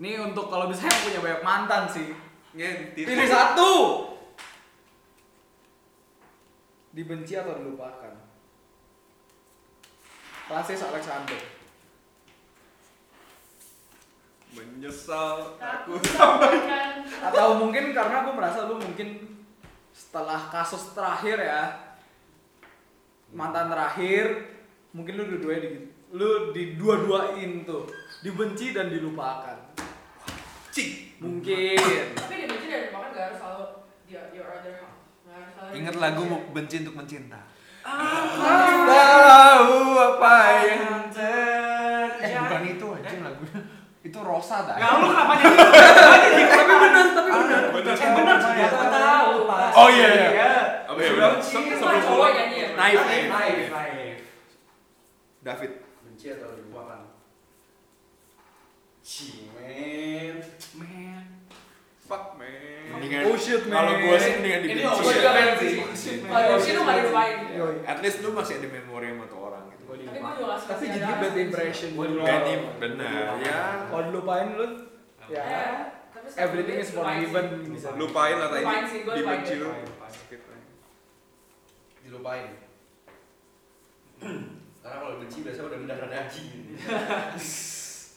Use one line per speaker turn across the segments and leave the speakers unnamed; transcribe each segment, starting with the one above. Ini untuk kalau bisa yang punya banyak mantan sih.
Ngentit.
Pilih satu. Dibenci atau dilupakan? Francis Alexander.
Menyesal
Aku
aku.
sampaikan.
Atau mungkin karena aku merasa lu mungkin setelah kasus terakhir ya mantan terakhir mungkin lu dua-duanya di lu di dua-duain tuh dibenci dan dilupakan
Cing.
mungkin
Tapi dia benci dari makan gak harus selalu your your other half. Nggak Ah, harus selalu
Ingat
benci.
lagu benci untuk mencinta.
Tahu apa yang
Eh
terjadi.
bukan itu anjing lagunya. Itu Rosa dah. Ah,
Nah, lu kenapa jadi?
tapi benar tapi benar
Bener.
Eh, bener sih,
Iya.
gua tahu pas.
Oh, iya, iya. Oh, iya,
Sudah
bener.
Ini
uji,
kan
sebelum
cowok
cowok.
nyanyi ya.
Naif,
Naif, naif,
Naif.
naif.
David.
benci atau dilupakan
Cimen. Man. Fuck man. Mendingan
Oh, shit, man.
Kalau gua sih mendingan
Ini
dibenci.
gua juga kan?
ya.
benci. Kalau benci lu nggak dilupain.
Yoi.
At least lu masih ada memori sama tuh orang gitu.
Gua
Tapi
dilupakan.
gua juga nggak suka
tapi
sih
jadi
ada
bad
orang.
impression
Gua
Kalau
dilupakan.
Ganti bener ya.
dilupain lu ya
Eh, tapi sekarang
everything is
lupain sih.
forgiven bisa
Lupain lah tadi.
Lupain sih, gua lupain.
Dibenci lu.
Lupain,
Sakit, man.
dilupain karena kalau benci biasanya udah mendarah daging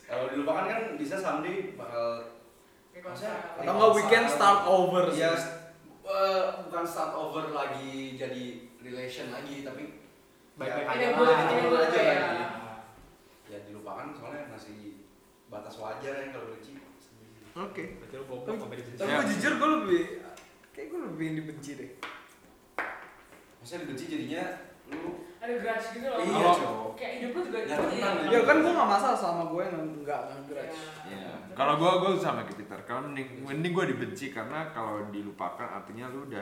kalau dilupakan kan bisa someday bakal
Kayak konser.
atau nggak weekend start over sih.
Iya.
ya eh, bukan start over lagi jadi relation lagi tapi
Baik-baik
ya,
Ada
aja
gua
lah.
ada
Ada
gua
gua
aja
aja
ya.
lagi. ya dilupakan soalnya masih batas wajar ya kalau benci
oke
Berarti lu bokap sampai dibenci.
Iya.
tapi gue jujur gue lebih kayak gue lebih yang dibenci deh
maksudnya dibenci jadinya lu
Ada grudge gitu loh.
iya
Kalau-
cowok
Kayak hidup lu juga
Nggak
gitu
tenang
ya.
gitu.
ya kan gue nggak masalah sama gue yang nggak nge-grudge
Iya.
Ya. Kalau gua gua sama kayak Peter. Kalau mending mending gua dibenci karena kalau dilupakan artinya lu udah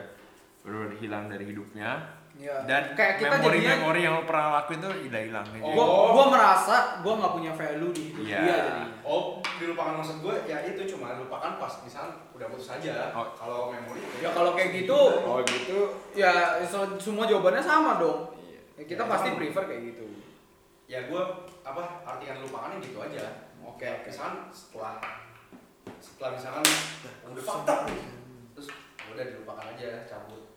benar hilang dari hidupnya
ya
dan
kayak kita
memori
jadinya
memori yang lu pernah lakuin tuh udah hilang aja.
gue gue merasa gue nggak punya value di hidup
Iya.
dia jadinya
Oh, dilupakan maksud gue ya itu cuma lupakan pas misal udah putus aja.
Oh.
Kalau memori
ya kalau kayak gitu
Oh gitu.
ya so- semua jawabannya sama dong ya, kita
Ya,
pasti
emang.
prefer kayak gitu
ya gue apa artikan lupakannya gitu aja. Oke,
Oke.
misalkan setelah setelah misalkan udah fakta terus udah ya dilupakan aja cabut.